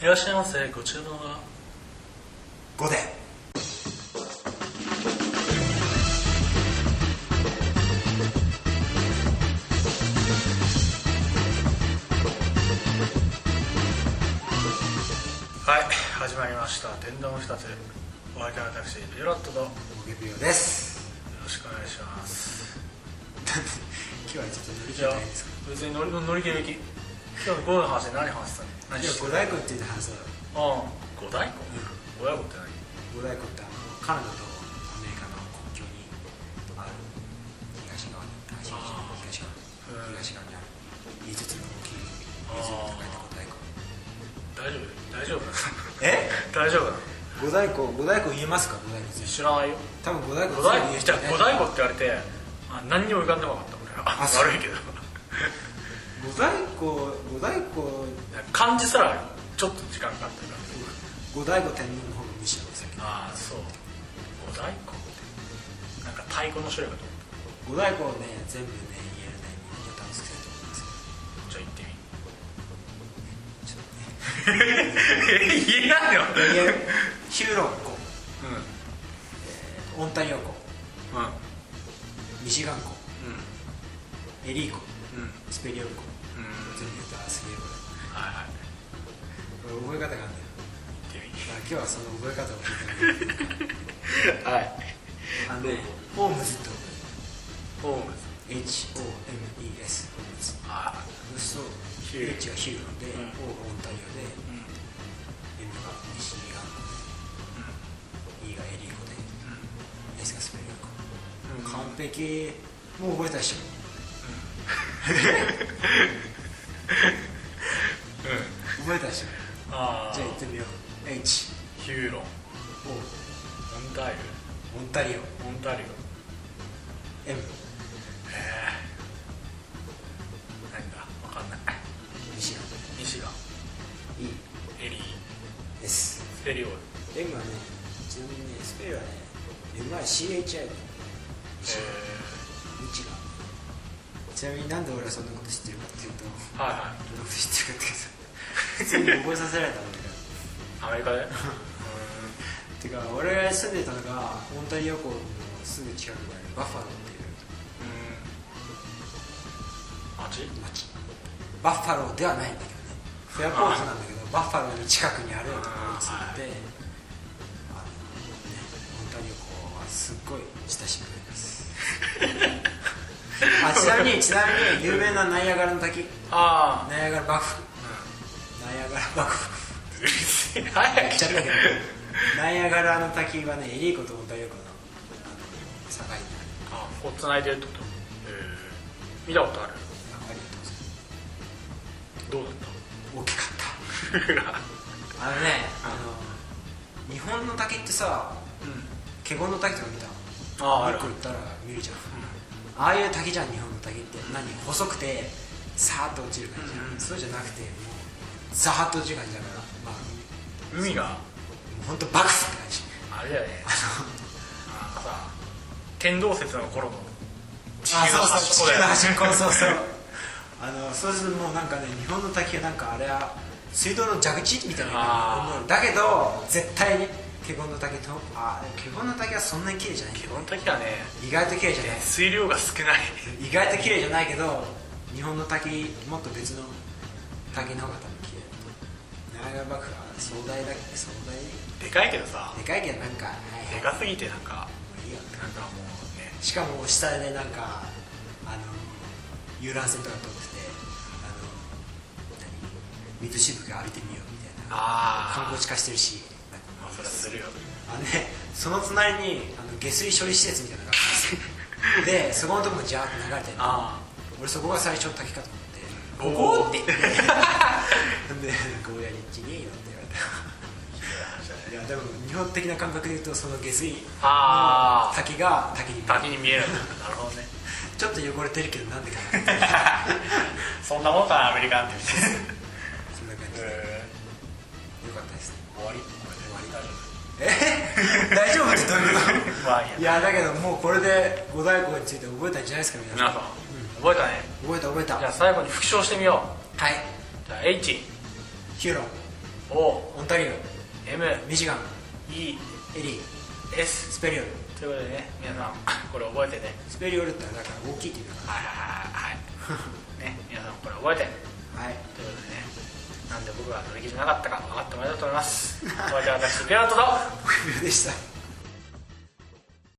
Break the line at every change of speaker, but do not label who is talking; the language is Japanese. いらっしゃいませご注文は
5で
はい始まりました天丼二つお相手は私ユロットとよ
レビューです
ろしくお願いします
今日はちょっと乗り
い
気じ
や
ゃないですか
別にノリノリで行き今日のゴーの話で何話してたの何
いや
して
五
た
大湖っていうのはさ
のうん五大根親子って
五大湖ってあのカナダとアメリカの国境にある東側に東側
あー
東側
うん
東側にある5つの大きい
あー
湖と書いて五大湖
何大丈夫大丈夫
え
大丈夫なの
五大湖五大湖言えますか五大湖全部
知らないよ
多分五大湖
五大
全
根
部言え
じゃあ五
ない
大根って言われてあ何にも浮かんでもなかった俺は
あそう
悪いけど
五大湖五大湖
漢字すらちょっと時間かかってるから
五大湖天皇の方がむしろ先
ああそう五大根ってなんか太鼓の種類かと思
五大湖をね全部ね言えるねみんな楽しくやってると思います
ったじゃあ行ってみ
ちょっ
言え
とね
ないよ
ダニエルヒューロッコ
うん
温帯陽湖
うん
ミシガン湖エリー湖
うんうん
スペリオル湖全部言うとあすげえこ
はいはい
れこれ覚え方があるんだよ
行って
だから今日はその覚え方を聞いてみる
みはい
あのねホームズって覚
ホームズ
える HOMES ホームズ
は
そうする
ヒュー
と H がヒューロで、
うん
O が温帯陽
いうん
で M が西ガン湖で E がエリー湖で S がスペリオル湖完璧もう覚えたでしょ覚えたでしょ
ああ
じゃあ行ってみよう H
ヒューロンオ
O
ンタリ
モンタリオ
オオンタリ
M
オへえ何だわかんない
西ガン
ミシガン
E
エリー
S
スペリオル
M はねちなみにねスペルはね M は CHI
え
だ日がちなみになんで俺はそんなこと知ってるかっていうと
ー、はいはい
どんなこと知ってるかっていうと普通に覚えさせられたんだけど
アメリカでうーん
てか俺が住んでたのがオンタリオ港のすぐ近くにあるバッファローっていう
街
町バッファローではないんだけどねフェアポートなんだけどバッファローの近くにあるところに住んでてあのねオンタリオ港はすっごい親しみがありますあちなみにちなみに有名なナイアガラの滝
あ
ナイアガラ幕府ナイアガラ幕府
あ うるせえ
や
早
っ
く
ちゃったけ
ど
どナイアガラの滝はねエリーコとオンタリオ湖のあの境にある
あこう繋いでるってことえー、見たことある
ありがとうございます
どう
大きかっ
だった
たあのねあの日本の滝ってさ
うん
華厳の滝とか見た
ああある
よく行ったら見るじゃん、ああいう滝じゃん日本の滝って何細くてさーっと落ちる感じじゃん、
うんうん
そうじゃなくてもうさーっと落ちる感じだからまあも
海が
うほんとバカって感じ
あれだよねなんかさ天動説の頃の地
あ
球の
そう
端
そ
っ
う
こだ
地球
よ
の端っこそうそうあのそうするともうなんかね日本の滝はなんかあれは水道の蛇口みたいな
あー
思うだけど絶対に華厳の滝とあ華厳の滝はそんなに綺麗じゃない
基本的にはね
意外と綺麗じゃない
水量が少ない
意外と綺麗じゃないけど日本の滝もっと別の滝の方が多分綺麗だと長山幕府は壮大だ壮大
でかいけどさ
でかいけどなんかは
で
いはいも
かすぎてなんか
ういいよ
なんかもうね
しかも下でなんかあの遊覧船とか通っててあの何水しぶき浴びてみようみたいな
あ
観光地化してるしなんか
まあそれはするよ
あのねその隣にあの下水処理施設みたいなのがあるんですよでそこのとこもジャーって流れてるの
あ
俺そこが最初の滝かと思って「
おお
おお!」 って言ってで「ゴーヤにちげえよ」って言 われたいやでも日本的な感覚で言うとその下水
あー
滝が滝に見え
滝に見え
る
るんだなるほど ね
ちょっと汚れてるけどなんで かな
そんなもんかなアメリカンってみたいな
そんな感じでよ
へ
かったですね
ー終わり終わり大丈
え 大丈夫ってどういうこ
夫まあい
と
い
い
や
やだけどもうこれで五大湖について覚えたんじゃないですか皆さん
皆さん覚えたね
覚えた覚えた
じゃあ最後に復唱してみよ
はいう
じゃあ H
ヒューロン
O
オンタリオ
M
ミシガン
E
エリー
S
スペリオル
ということでね皆さんこれ覚えてね
スペリオルってのはだから大きいっていう意味だか
はいはいはいはい ね皆さんこれ覚えて
らはい
ということでね なんで僕が乗り切れなかったか分かってもらえたと思いますお相手は私ベアートと
冬でした